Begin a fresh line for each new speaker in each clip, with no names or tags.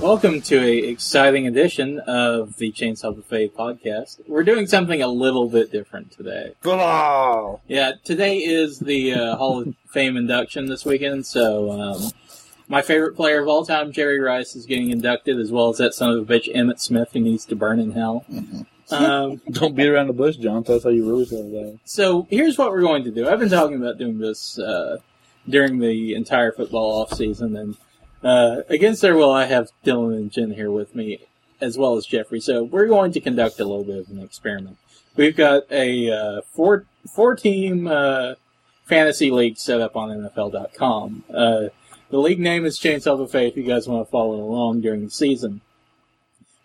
Welcome to a exciting edition of the Chainsaw Buffet podcast. We're doing something a little bit different today.
Blah!
Yeah, today is the uh, Hall of Fame induction this weekend, so um, my favorite player of all time, Jerry Rice, is getting inducted, as well as that son of a bitch, Emmett Smith, who needs to burn in hell. Um,
Don't beat around the bush, John. That's how you really feel about it.
so here's what we're going to do. I've been talking about doing this uh, during the entire football offseason, and uh, against their will, I have Dylan and Jen here with me, as well as Jeffrey. So we're going to conduct a little bit of an experiment. We've got a uh, four four team uh, fantasy league set up on NFL.com. Uh, the league name is Chainsaw Buffet. If you guys want to follow along during the season,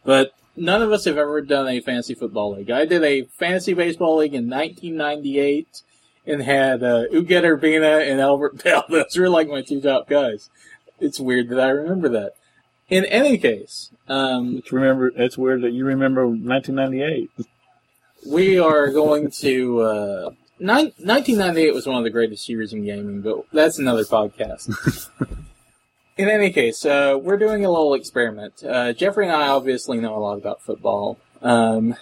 but none of us have ever done a fantasy football league. I did a fantasy baseball league in 1998 and had uh, Uget Urbina and Albert Bell. Those were like my two top guys. It's weird that I remember that. In any case, um,
It's remember. It's weird that you remember 1998.
we are going to. Uh, nine, 1998 was one of the greatest years in gaming, but that's another podcast. In any case, uh, we're doing a little experiment. Uh, Jeffrey and I obviously know a lot about football. Um,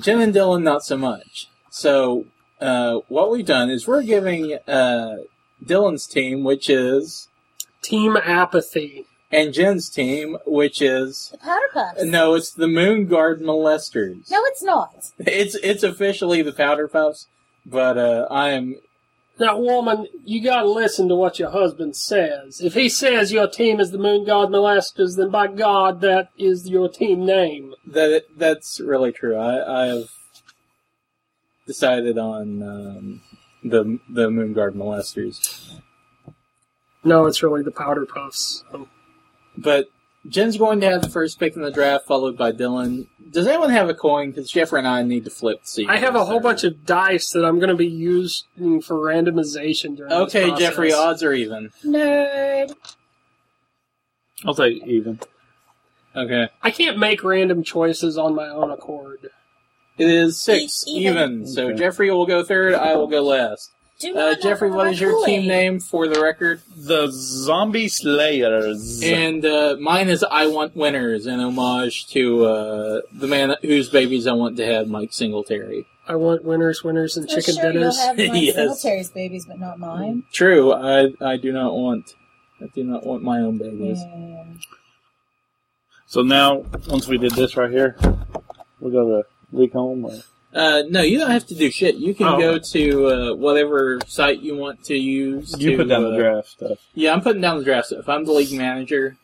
Jim and Dylan, not so much. So, uh, what we've done is we're giving uh, Dylan's team, which is,
Team Apathy.
and Jen's team, which is,
The Powder Puffs.
no, it's the Moon Guard Molesters.
No, it's not.
It's it's officially the Powder Puffs, but uh, I am
Now, woman, you gotta listen to what your husband says. If he says your team is the Moon God Molesters, then by God, that is your team name.
that that's really true. I I have decided on um, the the Moon Guard Molesters,
No, it's really the Powder Puffs.
but Jen's going to have the first pick in the draft, followed by Dylan. Does anyone have a coin? Because Jeffrey and I need to flip. See,
I have a whole bunch of dice that I'm gonna be using for randomization during this
Okay,
process.
Jeffrey, odds are even.
Nerd.
I'll say even.
Okay,
I can't make random choices on my own accord.
it is six
E-
even.
even.
So
Okay.
Jeffrey will go third. I will go last.
Do
Uh,
not
Jeffrey,
know
what is your team
Kool-Aid.
name for the record?
The Zombie Slayers.
And uh, mine is "I Want Winners" in homage to uh, the man whose babies I want to have, Mike Singletary.
I want winners, winners, and
So
chicken
sure,
dinners.
You'll have my
Yes.
Singletary's babies, but not mine.
True, I I do not want I do not want my own babies.
Yeah.
so now, once we did this right here, we'll go to Leak Home. Or,
Uh, no, you don't have to do shit. You can
Oh.
go to uh, whatever site you want to use. to,
you put down
uh,
the draft stuff.
Yeah, I'm putting down the draft stuff. I'm the league manager.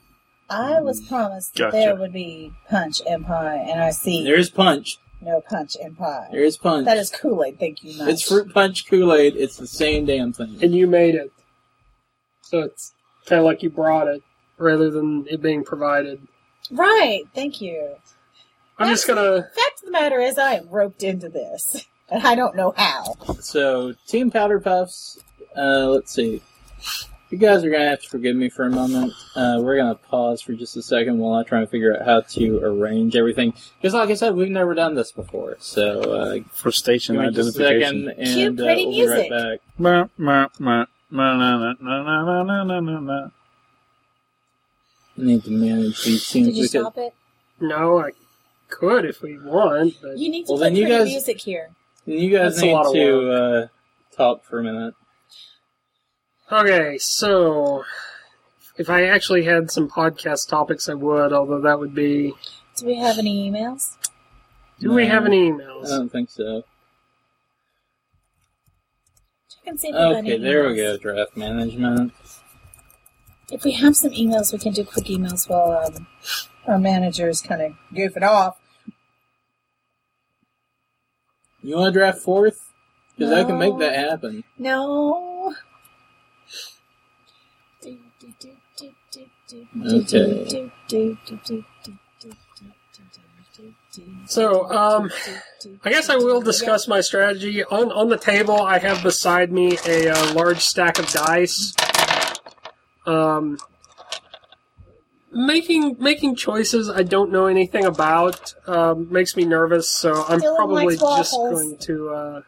I was promised that
Gotcha.
there would be punch and pie, and I see
There is punch.
no punch and pie.
There is punch.
That is Kool Aid. Thank you much.
It's fruit punch Kool Aid. It's the same damn thing.
and you made it. So it's kind of like you brought it rather than it being provided.
Right. Thank you.
I'm just gonna.
Fact of the matter is, I am roped into this, and I don't know how.
So Team Powder Puffs. Uh, let's see. You guys are gonna have to forgive me for a moment. Uh, we're gonna pause for just a second while I try and figure out how to arrange everything. Because, like I said, we've never done this before. So uh,
For station
give me just a second,
identification.
and uh,
Cue pretty
we'll be right
music.
back.
Meh, meh, meh, meh, meh, meh, meh, meh, meh, meh, meh, meh.
I need to manage these teams.
Did you
because-
stop it?
No, I could if we want, but
You need to
Well,
put
then you
pretty
guys-
music here.
And you guys
That's a
need
lot of
to uh, talk for a minute.
okay. So if I actually had some podcast topics, I would. Although that would be.
Do we have any emails?
Do we have any emails?
I don't think so.
Check and see if we have any
Okay, there we
emails.
go. Draft management.
If we have some emails, we can do quick emails while um, our manager is kind of goofing off.
You want to draft fourth? Because I can make
No.
that happen.
No. Okay.
So, um, I guess I will discuss my strategy. On on the table, I have beside me a uh, large stack of dice. Um, making making choices I don't know anything about um, makes me nervous, so I'm
Dylan
probably
likes
just
waffles.
going to. Uh,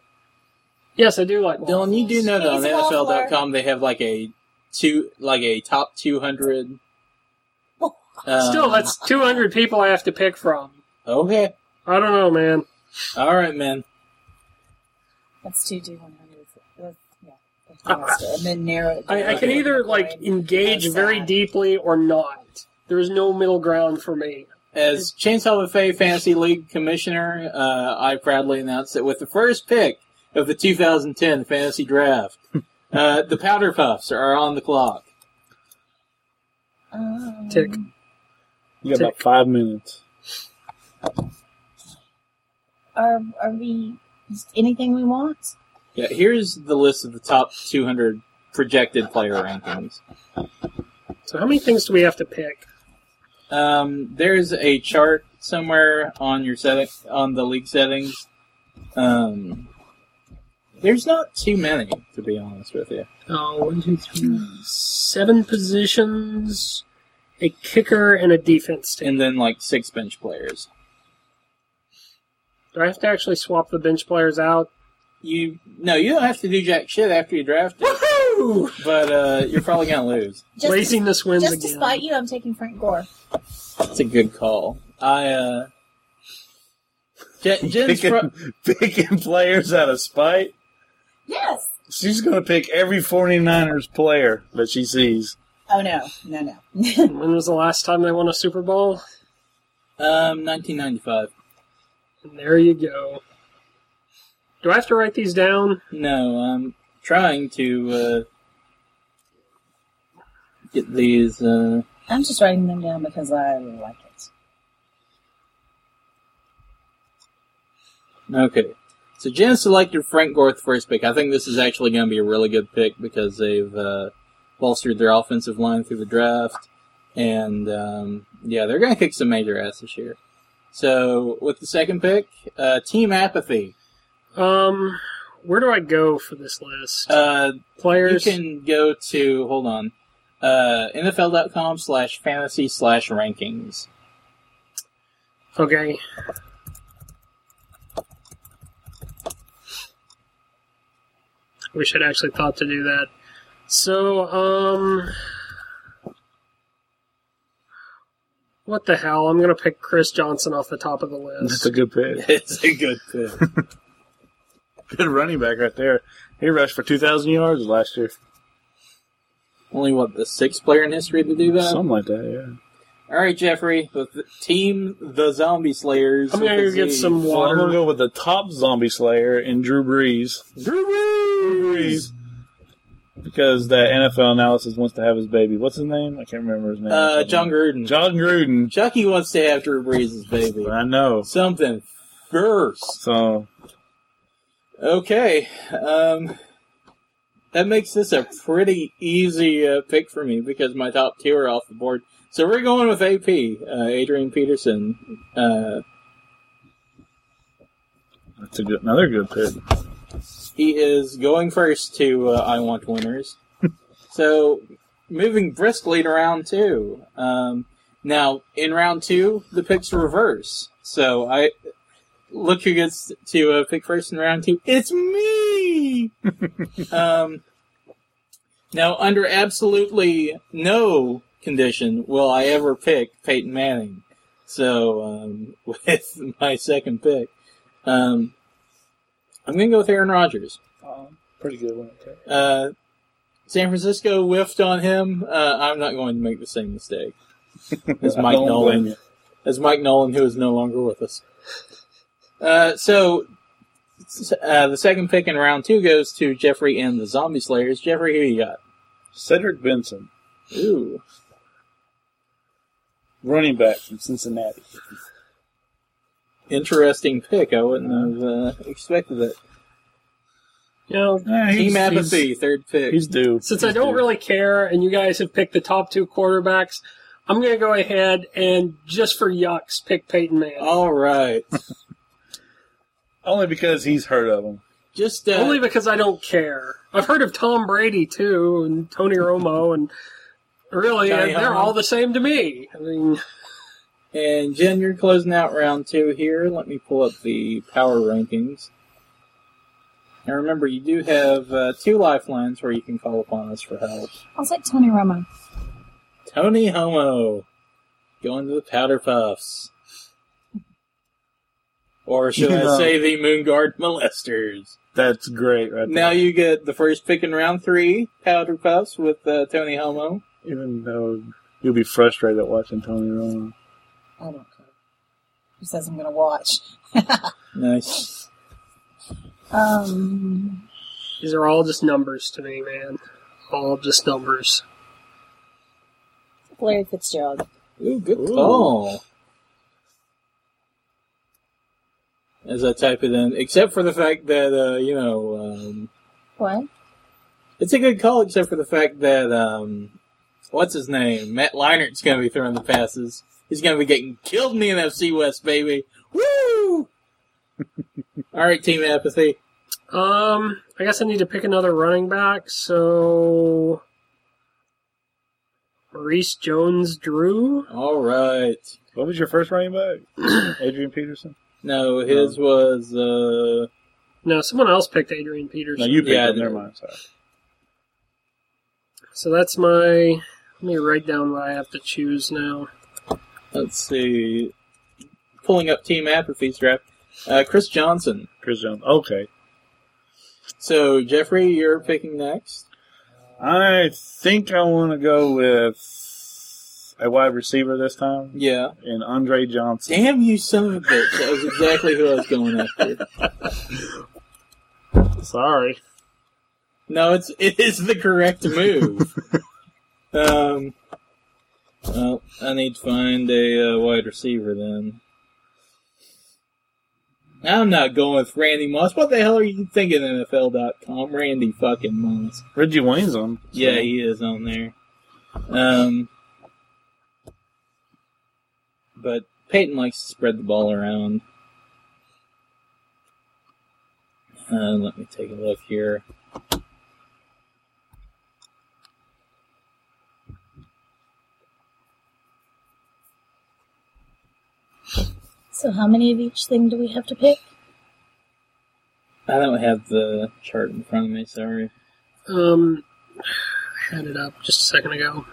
yes, I do like waffles.
Dylan, you do know that on
He's a waffler.
NFL.com they have like a two, like a top two hundred Um,
Still, that's 200 people I have to pick from.
okay.
I don't know, man.
All right, man.
Let's do do one hundred. Yeah, with the roster, and then narrow it.
I, I
down
can
to
either
one
like e-
coin.
engage very deeply or not. There is no middle ground for me.
As Chainsaw Buffet Fantasy League Commissioner, uh, I proudly announce that with the first pick of the 2010 Fantasy Draft, uh, the Powder Puffs are on the clock.
Um,
Tick.
You got about five minutes.
Are are we just anything we want?
Yeah, here's the list of the top 200 projected player rankings.
So how many things do we have to pick?
Um, there's a chart somewhere on your setting on the league settings. Um, there's not too many, to be honest with you.
Oh, one, two, three, seven positions, a kicker, and a defense team.
And then like six bench players.
Do I have to actually swap the bench players out?
You no, you don't have to do jack shit after you draft it,
Woohoo!
but uh, you're probably gonna lose.
Just
Laziness wins
just
again.
to spite you, I'm taking Frank Gore.
That's a good call. I uh, Jen, Jen's fr-
Picking, picking players out of spite.
Yes.
She's going to pick every 49ers player that she sees.
Oh no, no, no.
When was the last time they won a Super Bowl?
um 1995.
And there you go. Do I have to write these down?
No, I'm trying to uh, get these. Uh,
I'm just writing them down because I like it.
Okay. So Jen selected Frank Gore with the first pick. I think this is actually going to be a really good pick because they've uh, bolstered their offensive line through the draft. And, um, yeah, they're going to kick some major ass this year. So, with the second pick, uh, Team Apathy.
Um, where do I go for this list?
Uh, you
Players.
can go to, hold on, uh, NFL.com slash fantasy slash rankings.
Okay. We should actually thought to do that. So, um, what the hell? I'm gonna pick Chris Johnson off the top of the
That's
list.
a good pick.
It's a good pick.
Good running back right there. He rushed for 2,000 yards last year.
Only, what, the sixth player in history to do that?
Something like that,
All right, Jeffrey, with the team the Zombie Slayers.
I'm gonna
with a
go get
Z.
some
yeah. So I'm going to
water.
go with the top zombie slayer in Drew Brees. Drew Brees! Because that NFL analysis wants to have his baby. What's his name? I can't remember his name.
Uh, John Gruden.
John Gruden.
Chucky wants to have Drew Brees' baby.
I know.
Something first.
So
Okay, um, that makes this a pretty easy uh, pick for me because my top two are off the board. So we're going with AP, uh, Adrian Peterson. Uh,
that's a good, another good pick.
he is going first to uh, I Want Winners. so, moving briskly to round two. Um, now, in round two, the picks reverse. So, I look who gets to uh, pick first in round two. It's me! um, now, under absolutely no condition will I ever pick Peyton Manning. So, um, with my second pick, um, I'm going to go with Aaron Rodgers.
Um, Pretty good one. Okay.
Uh, San Francisco whiffed on him. Uh, I'm not going to make the same mistake as
I
Mike
don't blame
Nolan.
you.
As Mike Nolan, who is no longer with us. Uh, so uh, the second pick in round two goes to Jeffrey and the Zombie Slayers. Jeffrey, who you got?
Cedric Benson,
Ooh,
running back from Cincinnati.
interesting pick. I wouldn't have uh, expected that.
You know,
Yeah,
Team Apathy, third
He's,
pick.
he's due.
since
He's
I don't
due.
really care, and you guys have picked the top two quarterbacks, I'm gonna go ahead and just for yucks, pick Peyton Manning.
All right,
only because he's heard of him.
just uh,
Only because I don't care. I've heard of Tom Brady too, and Tony Romo, and really,
Johnny
they're
Homo.
all the same to me. I mean,
And Jen, you're closing out round two here. Let me pull up the power rankings. Now remember, you do have uh, two lifelines where you can call upon us for help.
I'll take Tony Romo.
Tony Homo. Going to the Powder Puffs. Or should
Yeah.
I say the Moon Guard Molesters?
That's great, right?
Now
there.
you get the first pick in round three, Powder Puffs with uh, Tony Homo.
even though you'll be frustrated at watching Tony Romo.
I don't care. Who says I'm going to watch?
Nice.
Um,
These are all just numbers to me, man. All just numbers.
Larry Fitzgerald.
Ooh, good
Ooh.
call. As I type it in, except for the fact that uh, you know, um,
What?
it's a good call, except for the fact that um, what's his name, Matt Leinert's going to be throwing the passes. He's going to be getting killed in the NFC West, baby. Woo! All right, Team Apathy.
Um, I guess I need to pick another running back. So, Maurice Jones-Drew.
All right.
What was your first running back? Adrian Peterson.
No, his was uh,
No, someone else picked Adrian Peters.
No, you picked
Yeah,
him.
I
Never
did.
mind. Sorry.
So that's my. Let me write down what I have to choose now.
let's see, pulling up Team Apathy's draft. Uh, Chris Johnson.
Chris Jones. Okay.
So, Jeffrey, you're picking next.
I think I want to go with a wide receiver this time,
Yeah.
and Andre Johnson.
Damn you, son of a bitch. That was exactly who I was going after.
Sorry.
No, it's it is the correct move. um. Well, I need to find a uh, wide receiver then. I'm not going with Randy Moss. What the hell are you thinking, NFL.com? Randy fucking Moss.
Reggie Wayne's on.
Yeah, he is on there. Um, but Peyton likes to spread the ball around. Uh, let me take a look here.
So, how many of each thing do we have to pick?
I don't have the chart in front of me. Sorry.
Um, I had it up just a second ago.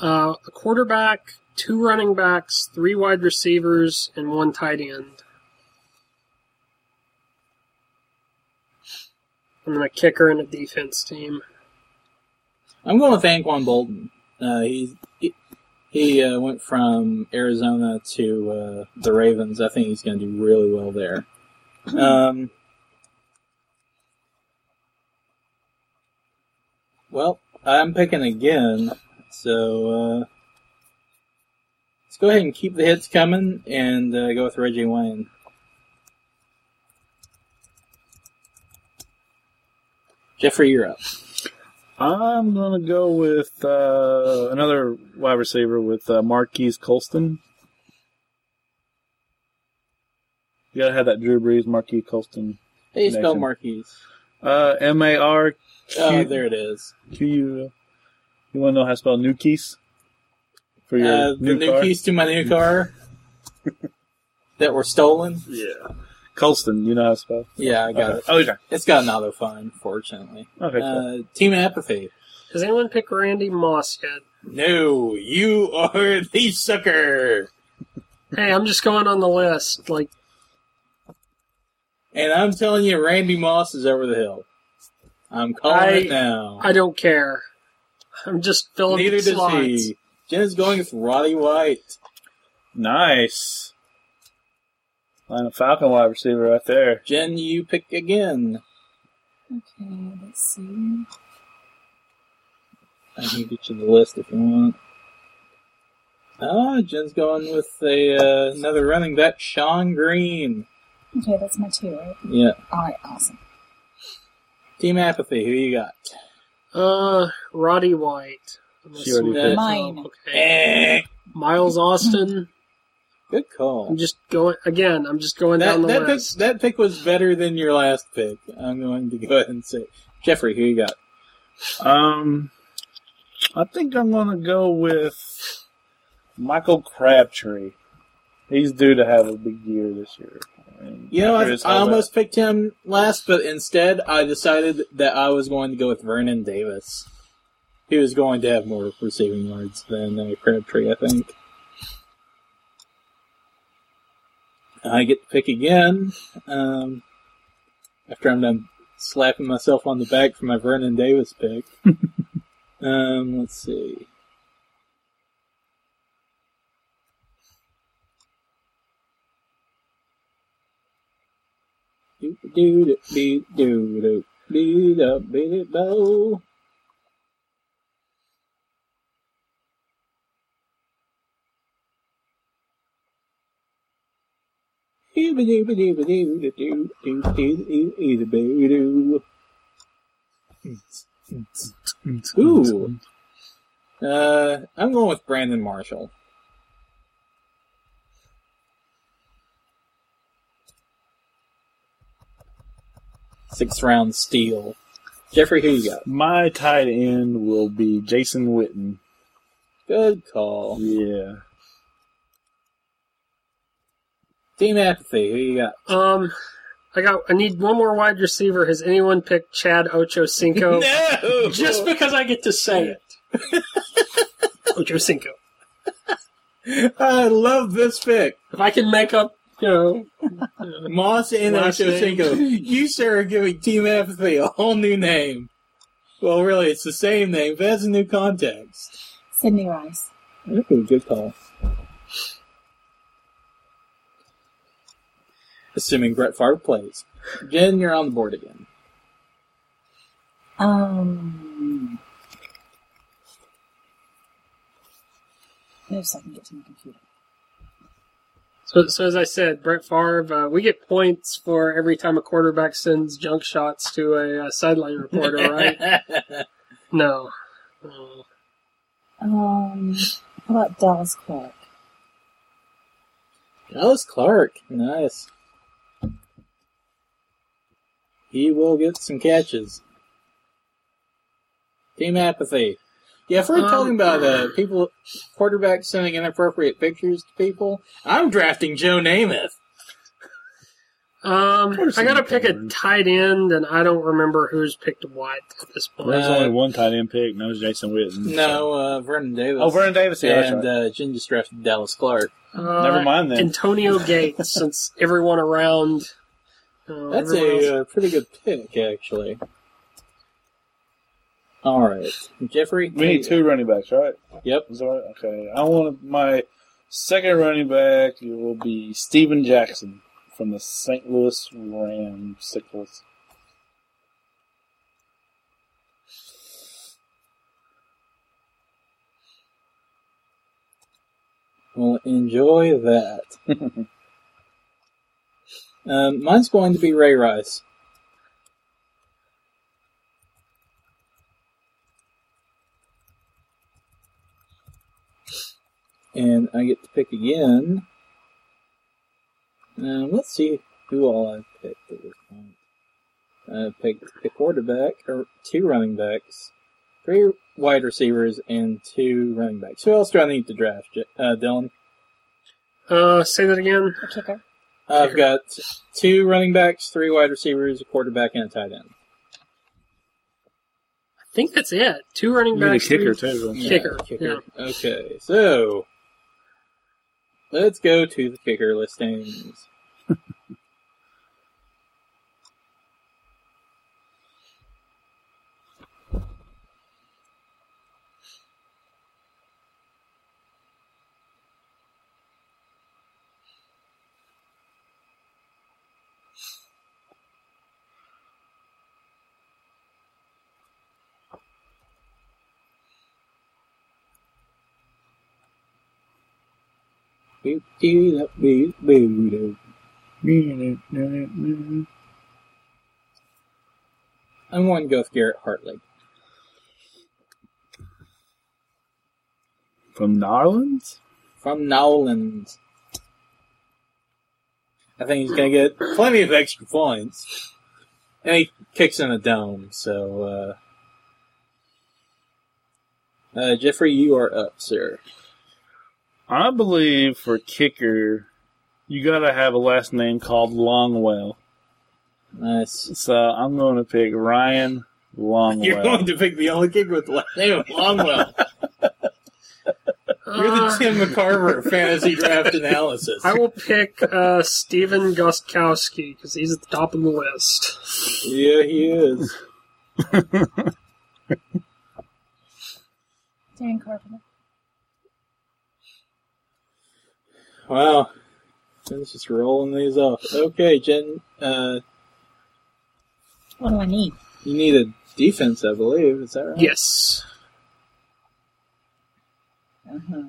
Uh, a quarterback, two running backs, three wide receivers, and one tight end. And then a kicker and a defense team.
I'm going with Anquan Bolton. Uh, he he, he uh, went from Arizona to uh, the Ravens. I think he's going to do really well there. Um, well, I'm picking again, so uh, let's go ahead and keep the hits coming and uh, go with Reggie Wayne. Jeffrey, you're up.
I'm gonna go with uh, another wide receiver with uh, Marquise Colston. You gotta have that Drew Brees, Marquise Colston.
How you spell
Connection.
Marquise?
Uh, M A R
Oh,
Q
there it is.
Q U. You wanna know how to spell Nukes? For your
Uh, the
new,
new
car?
keys to my new car that were stolen.
Yeah. Colston, you know how to spell.
Yeah, I got it.
Oh, okay.
It's got an auto phone, fortunately.
Okay, cool.
Uh, team apathy.
Has anyone picked Randy Moss yet?
No, you are the sucker,
Hey, I'm just going on the list. Like,
and I'm telling you, Randy Moss is over the hill. I'm calling
I-
it now.
I don't care. I'm just filling
Neither does
slots.
he. Jen's going with Roddy White.
Nice. Line of Falcon wide receiver right there.
Jen, you pick again.
Okay, let's see.
I can get you the list if you want. Ah, Jen's going with a uh, another running back, Sean Green.
Okay, that's my two, right?
Yeah.
All right, awesome.
Team Apathy, who you got?
Uh, Roddy White. Unless
She already
someone-
picked.
Mine.
Oh, okay.
Eh,
Miles Austin.
Good
I'm
call.
just going again. I'm just going down
That,
the
that, pick,
list.
that pick was better than your last pick. I'm going to go ahead and say. Jeffrey, who you got?
Um, I think I'm gonna go with Michael Crabtree. He's due to have a big year this year. I mean,
You know,
after
I,
his
I
whole-
almost picked him last, but instead I decided that I was going to go with Vernon Davis. He was going to have more receiving yards than uh, Crabtree, I think. I get to pick again um, after I'm done slapping myself on the back for my Vernon Davis pick. um, let's see. Do do do do do do do do Ooh. Uh, I'm going with Brandon Marshall. Sixth round steal. Jeffrey, who you got?
My tight end will be Jason Witten.
Good call.
Yeah.
Team Apathy, who you got?
Um, I got. I need one more wide receiver. Has anyone picked Chad Ochocinco?
No!
Just because I get to say it. Ochocinco.
I love this pick.
If I can make up, you know, uh,
Moss and
Last
Ochocinco. You, sir, are giving Team Apathy a whole new name. Well, really, it's the same name, but it has a new context.
Sydney Rice.
Ooh, good call. Assuming Brett Favre plays. Jen, you're on the board again.
Um. Maybe so I can get to my computer.
So, so as I said, Brett Favre, uh, we get points for every time a quarterback sends junk shots to a, uh sideline reporter, right? No. Uh,
Um, how about Dallas Clark?
Dallas Clark. Nice. He will get some catches. Team apathy. Yeah, if we're
Um,
talking about uh, people, quarterbacks sending inappropriate pictures to people, I'm drafting Joe Namath.
Um,
course
I gotta
you
pick a
can.
tight end, and I don't remember who's picked what at this
Well,
point.
there's
Uh,
only one tight end pick, and that was Jason Witten.
No, uh, Vernon Davis.
Oh, Vernon Davis. Yeah, that's
and
right.
uh, Jen just drafted Dallas Clark.
Uh,
Never mind then.
Antonio Gates, since everyone around.
Oh,
Uh,
That's
everyone else-
a uh, pretty good pick, actually. All right, Jeffrey.
we need two running backs, right?
Yep.
Is that right? Okay. I want my second running back. It will be Steven Jackson from the St. Louis Rams. Sickles.
Well, enjoy that. um, mine's going to be Ray Rice. And I get to pick again. Um, let's see who all I picked at this point. I picked a Uh, quarterback, or two running backs, three wide receivers, and two running backs. Who else do I need to draft, Je- uh, Dylan?
Uh, say that again.
The kicker.
I've got two running backs, three wide receivers, a quarterback, and a tight end.
I think that's it. Two running backs. three-
too.
Yeah,
Kicker,
Okay, so let's go to the kicker listings. Boop, doo, da, boo, boo, doo. I'm going to go with Garrett Hartley.
From Narlands?
from Nowlands. I think he's going to get plenty of extra points. And he kicks in a dome, so, uh, uh, Jeffrey, you are up, sir.
I believe for kicker, you gotta have a last name called Longwell.
Nice.
So I'm gonna pick Ryan Longwell.
You're going to pick the only kicker with the last name of Longwell. You're the
Uh,
Tim McCarver of fantasy draft analysis.
I will pick uh, Steven Gostkowski because he's at the top of the list.
Yeah, he is.
Dan Carpenter.
Wow. Jen's just rolling these off. Okay, Jen, uh,
What do I need?
you need a defense, I believe. Is that right?
Yes.
Uh-huh.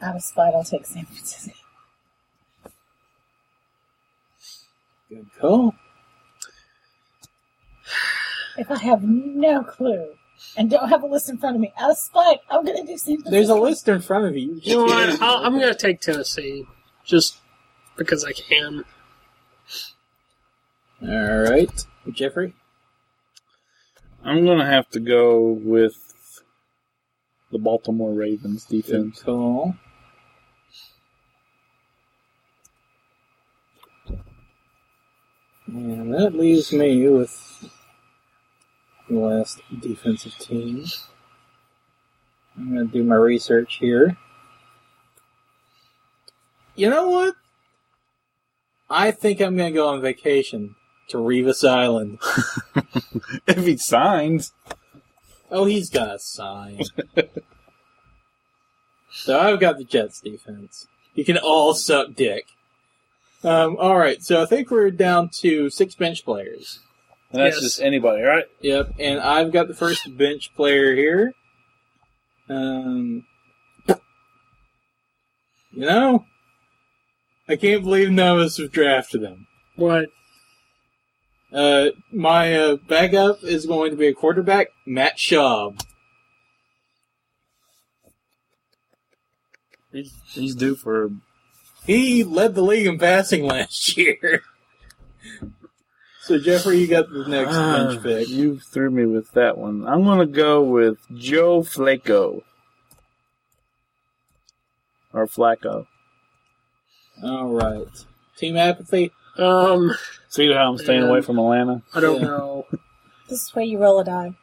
Out of spite, I'll take San Francisco.
Good call.
If I have no clue and don't have a list in front of me, out of spite, I'm going to do San Francisco.
There's a list in front of you.
You know what? I'll, I'm going to take Tennessee just because I can.
All right, Jeffrey.
I'm gonna have to go with the Baltimore Ravens
Good
defense.
call. And that leaves me with the last defensive team. I'm going to do my research here. You know what? I think I'm going to go on vacation to Revis Island.
if he signs,
Oh, he's got a sign. so I've got the Jets defense. You can all suck dick. Um, all right, so I think we're down to six bench players.
and that's
Yes.
just anybody, right?
Yep, and I've got the first bench player here. Um, you know, I can't believe none of us have drafted him.
What?
Uh, my uh, backup is going to be a quarterback, Matt Schaub.
He's, he's due for.
He led the league in passing last year. So Jeffrey, you got the next
Ah,
bench pick.
you threw me with that one. I'm gonna go with Joe Flacco or Flacco.
All right, team apathy.
Um,
See how I'm staying away from Atlanta.
I don't
Yeah.
know.
This is where you roll a die.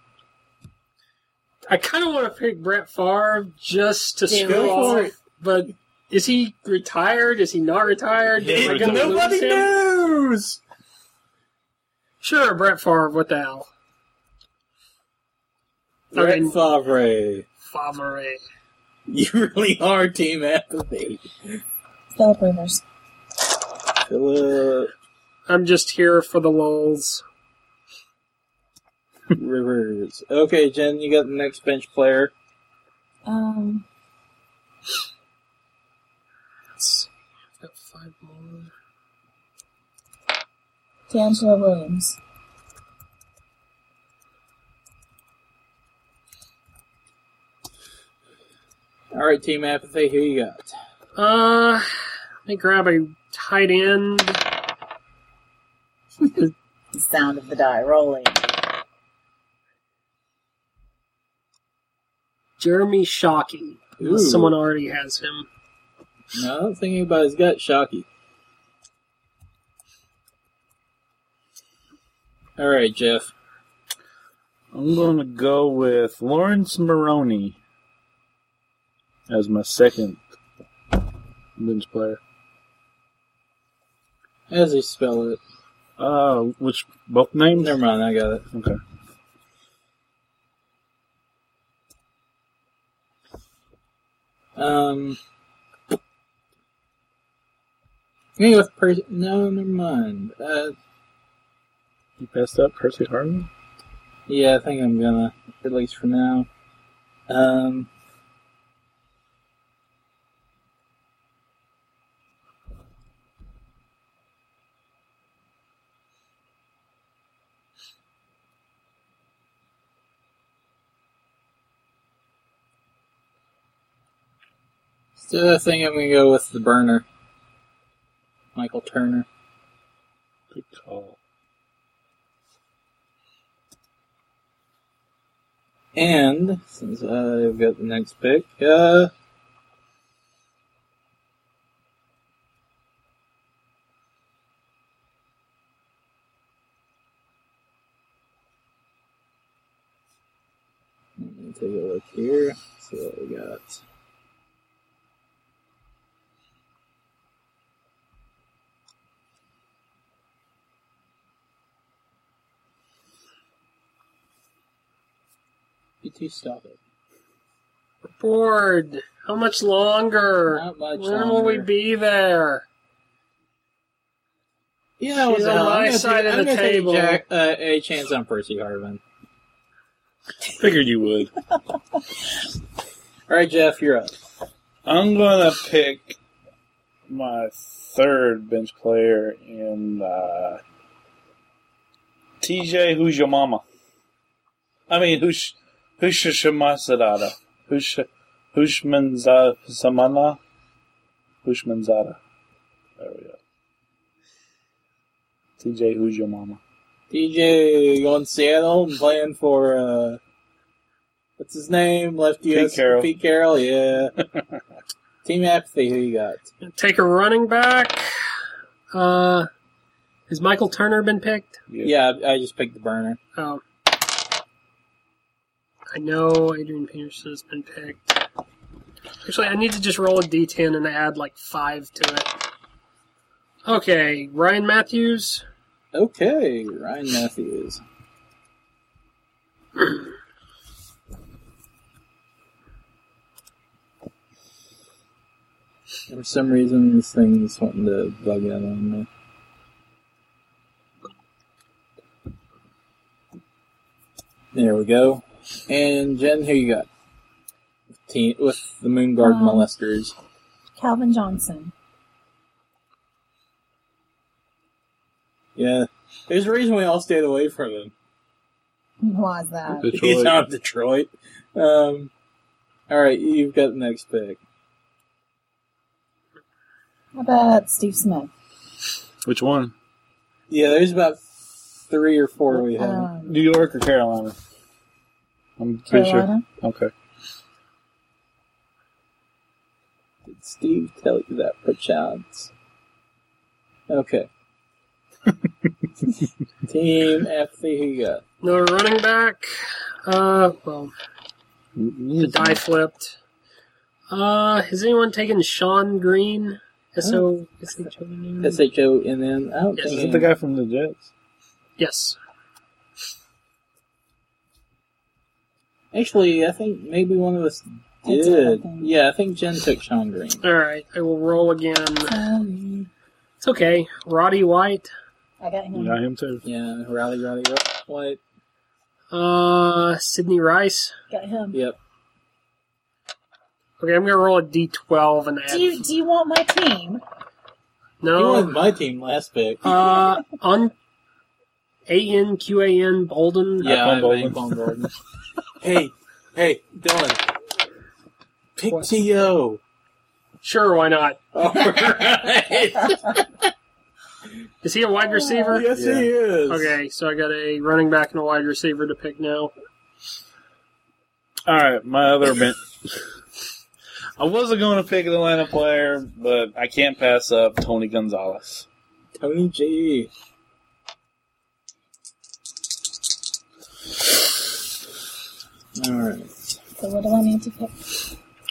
I kind of want to pick Brett Favre just to
Yeah,
screw
go for
off,
it.
but is he retired? Is he not retired? Am I
It-
gonna
nobody
lose him?
knows.
Sure, Brett Favre. What the hell? I
Brett
mean-
Favre,
Favre.
you really are team apathy.
Philip Rivers.
Philip
I'm just here for the lulls.
Rivers. Okay, Jen, you got the next bench player.
Um,
Got five more.
D'Angelo Williams.
All right, team apathy. Who you got?
Uh, let me grab a tight end.
The sound of the die rolling.
Jeremy Shockey.
Ooh.
Someone already has him.
No, I don't think anybody's got Shockey. All right, Jeff.
I'm gonna go with Lawrence Maroney as my second bench player.
How does he spell it?
Uh, which both names?
Never mind, I got it.
Okay.
Um. Maybe with Percy. No, never mind. Uh,
You passed up Percy Harvin.
yeah, I think I'm gonna, at least for now. Um. So I think I'm gonna go with the burner, Michael Turner.
Good call.
And since I've got the next pick, uh, me take a look here. See what we got. You two stop it.
Bored. How much longer?
Not much
when will
longer.
we be there?
Yeah, what
She's
the
on
hell?
my
I'm gonna
side
take- I'm
of the
gonna take
table.
a Jack, uh, a chance on Percy Harvin.
Figured you would.
All right, Jeff, you're up.
I'm gonna pick my third bench player in uh, TJ. Who's your mama? I mean, who's who's your shamasadada? Who's who's manzada samana? Who's manzada? There we go. TJ, who's your mama?
DJ going to Seattle and playing for uh, what's his name? Lefty
Pete
US-
Carroll.
Pete Carroll, yeah. Team Apathy, who you got?
Take a running back. Uh, has Michael Turner been picked?
Yeah, I, I just picked the burner.
Oh. I know Adrian Peterson has been picked. Actually, I need to just roll a d10 and add like five to it. Okay, Ryan Matthews.
Okay, Ryan Matthews. For some reason, this thing's wanting to bug out on me. There we go. And Jen, who you got? Team, with the Moon Guard
Um,
molesters.
Calvin Johnson.
Yeah. There's a reason we all stayed away from him.
Why is that?
He's out of Detroit. Um, all right, you've got the next pick.
How about Steve Smith?
Which one?
Yeah, there's about three or four we have.
Um,
New York or Carolina? I'm pretty sure.
Carolina?
Okay.
Did Steve tell you that perchance? Okay. Team Apathy, who you got?
Another running back. Uh, well, the die flipped. Uh, has anyone taken Sean Green? S O S H O N. E?
S H O N N. I don't
Yes.
think
Is it the guy from the Jets?
Yes.
Actually, I think maybe one of us
I took
did.
that one.
Yeah, I think Jen took Sean Green.
All right, I will roll again.
Sorry.
It's okay. Roddy White.
I got him.
Yeah, him too.
Yeah, Rowdy Rowdy White.
Uh, Sydney Rice.
Got him.
Yep.
Okay, I'm gonna roll a d12 and add.
Do you do you want my team?
He was
no.
my team last pick.
Uh, on. A N Q A N Bolden. Uh,
Yeah,
Aquan
I
Golden.
mean, Aquan Golden. hey, hey, Dylan. Pick
What?
T.O.
Sure, why not?
All right.
Is he a wide receiver?
Yes,
Yeah.
he is.
Okay, so I got a running back and a wide receiver to pick now.
All right, my other bench. I wasn't going to pick an Atlanta player, but I can't pass up Tony Gonzalez.
Tony G. All right.
So what do I need to pick?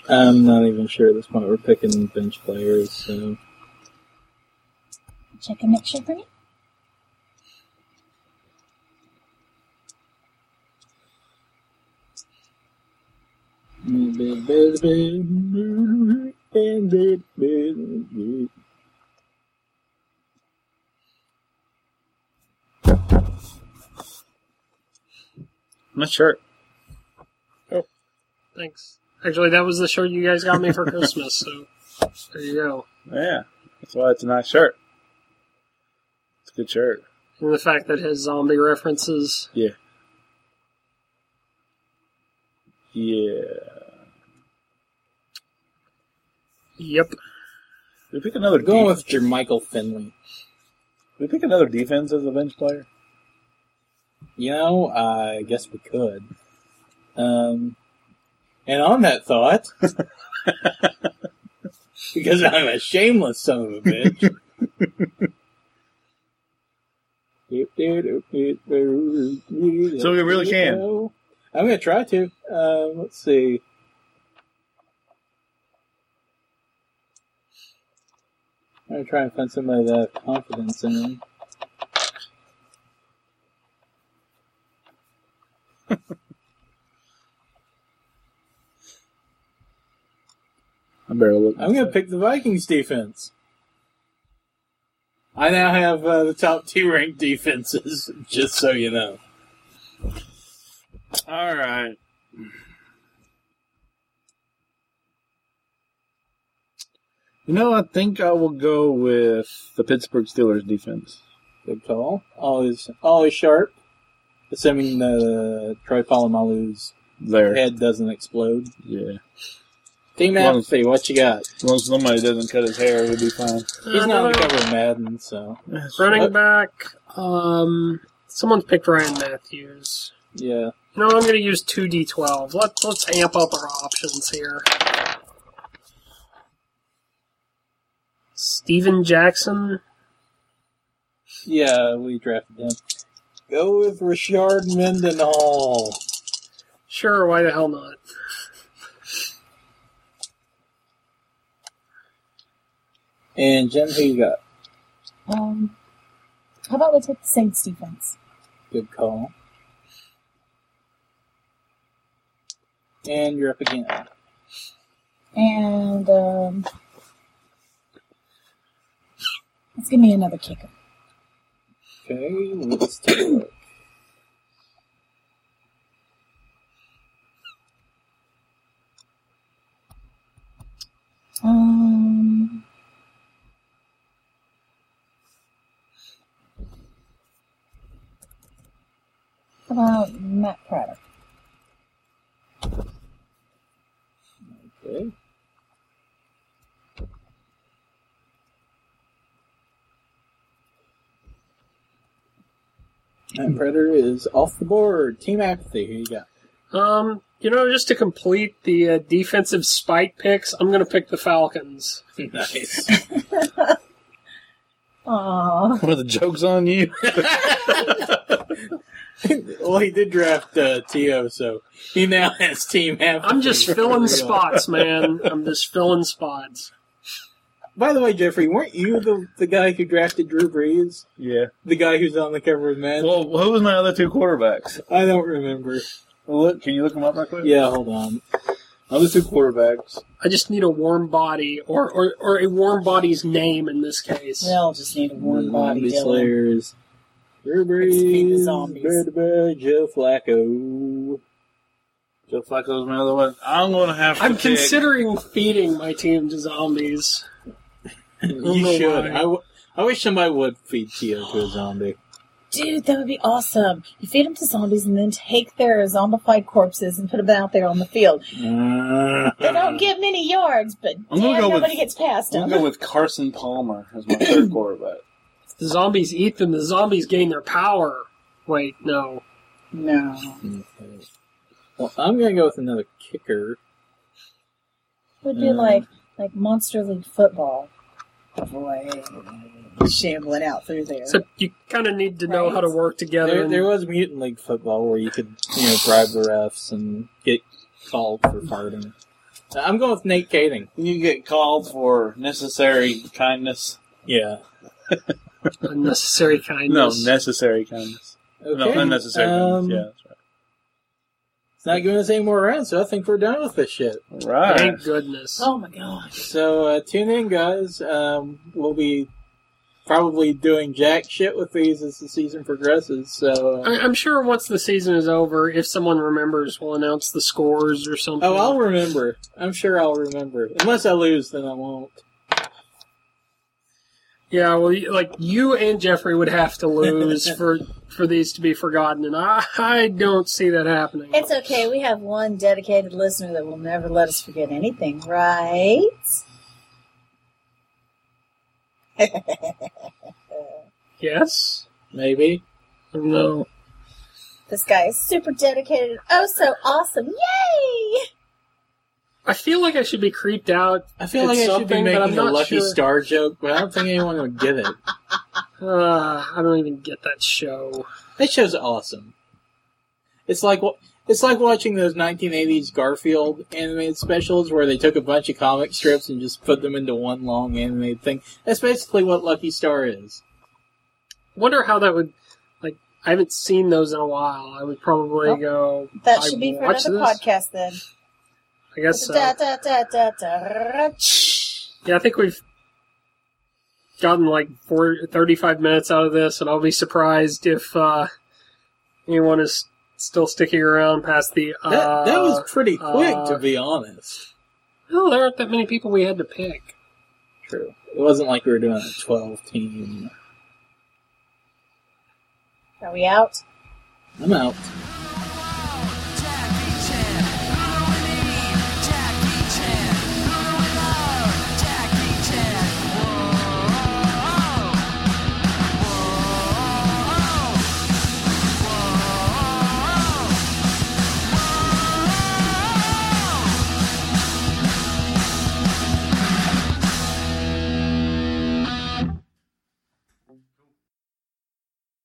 I'm not even sure at this point. We're picking bench players, so
Check and make sure for me.
All
My shirt.
Thanks. Actually, that was the shirt you guys got me for Christmas, so there you go.
Yeah, that's why it's a nice shirt. It's a good shirt.
And the fact that it has zombie references.
Yeah.
Yep.
We pick another.
We're going
def-
with Jermichael Finley.
we pick another defense as a bench player.
You know, I guess we could. Um, and on that thought, because I'm a shameless son of a bitch.
So we really can.
I I'm going to try to. Um, let's see. I'm going to try and find somebody that I have confidence in.
I better look.
I'm going to pick the Vikings defense. I now have uh, the top two ranked defenses, just so you know.
All right. You know, I think I will go with the Pittsburgh Steelers defense.
Good call. Always, always sharp. Assuming the Troy Polamalu's
There.
head doesn't explode.
Yeah.
Team
Well-
Apathy, what you got?
As long as nobody doesn't cut his hair, it'll be fine.
He's not on the
Another
cover of Madden, so
running
What?
back. Um, someone's picked Ryan Matthews.
yeah.
You know, what, I'm going to use two d12. Let's let's amp up our options here. Steven Jackson.
Yeah, we drafted him. Go with Richard Mendenhall.
Sure, why the hell not?
And Jim, who you got?
Um, how about we take the Saints defense?
Good call. And you're up again.
And um, let's give me another kicker.
Okay, let's take a look.
Um, how about Matt Prater?
Okay. And Predator is off the board. Team Apathy, who you got?
Um, you know, just to complete the uh, defensive spike picks, I'm going to pick the Falcons.
nice.
Aww.
What are the jokes on you?
well, he did draft uh, To, so he now has Team Apathy.
I'm just filling spots, man. I'm just filling spots.
By the way, Jeffrey, weren't you the, the guy who drafted Drew Brees?
Yeah.
The guy who's on the cover of Madden?
Well, who was my other two quarterbacks?
I don't remember.
Look, can you look them up real quick?
Yeah, hold on.
Other two quarterbacks.
I just need a warm body, or, or, or a warm body's name in this case.
We all just need a warm
The
body.
Zombie
Dylan.
Slayers. Drew
Let's feed the
Brees.
zombies.
Bird Bird, Joe Flacco.
Joe Flacco's my other one. I'm going to have to
I'm
pick-
considering feeding my team to zombies. Oh
you
my.
should. I, w- I wish somebody would feed Tio to a zombie.
Dude, that would be awesome. You feed them to zombies and then take their zombified corpses and put them out there on the field.
Mm.
They don't get many yards, but
I'm gonna
damn,
go with-
nobody gets past
I'm
them.
going to go with Carson Palmer as my third quarterback.
The zombies eat them. The zombies gain their power. Wait, no.
No.
Okay. Well, I'm going to go with another kicker.
would be
Mm.
like like Monster League football. Boy, shambling out through there.
Except you kind of need to know
Right.
how to work together.
There,
and-
there was Mutant League football where you could, you know, bribe the refs and get called for farting. I'm going with Nate Kading.
You get called for necessary kindness.
Yeah.
unnecessary kindness.
No, necessary kindness. No, unnecessary
um,
kindness. Yeah,
It's not giving us any more rounds, so I think we're done with this shit.
that's right. All
Thank
right.
goodness.
oh my gosh.
So uh, tune in, guys. Um, we'll be probably doing jack shit with these as the season progresses. So, uh,
I, I'm sure once the season is over, if someone remembers, we'll announce the scores or something.
oh, I'll remember. I'm sure I'll remember. Unless I lose, then I won't.
yeah. Well, you- like you and Jeffrey would have to lose for for these to be forgotten, and I, I don't see that happening.
It's okay. We have one dedicated listener that will never let us forget anything, right?
yes.
Maybe.
No.
This guy is super dedicated and oh so awesome. Yay!
I feel like I should be creeped out.
I feel like
It's
I should be
something, but I'm
making a
not
lucky
sure.
star joke, but I don't think anyone would get it.
Uh, I don't even get that show.
That show's awesome. It's like wh- It's like watching those 1980s Garfield animated specials where they took a bunch of comic strips and just put them into one long animated thing. That's basically what Lucky Star is.
Wonder how that would like. I haven't seen those in a while. I would probably
Oh,
go.
That
I
should be for
watch
another
this? uh,
podcast then.
I guess. So.
Da, da, da, da, da,
Yeah, I think we've gotten like four, 35 minutes out of this, and I'll be surprised if uh, anyone is still sticking around past the. Uh,
That, that was pretty quick,
uh,
to be honest.
Well, there aren't that many people we had to pick.
True. It wasn't like we were doing a 12 team.
Are we out?
I'm out.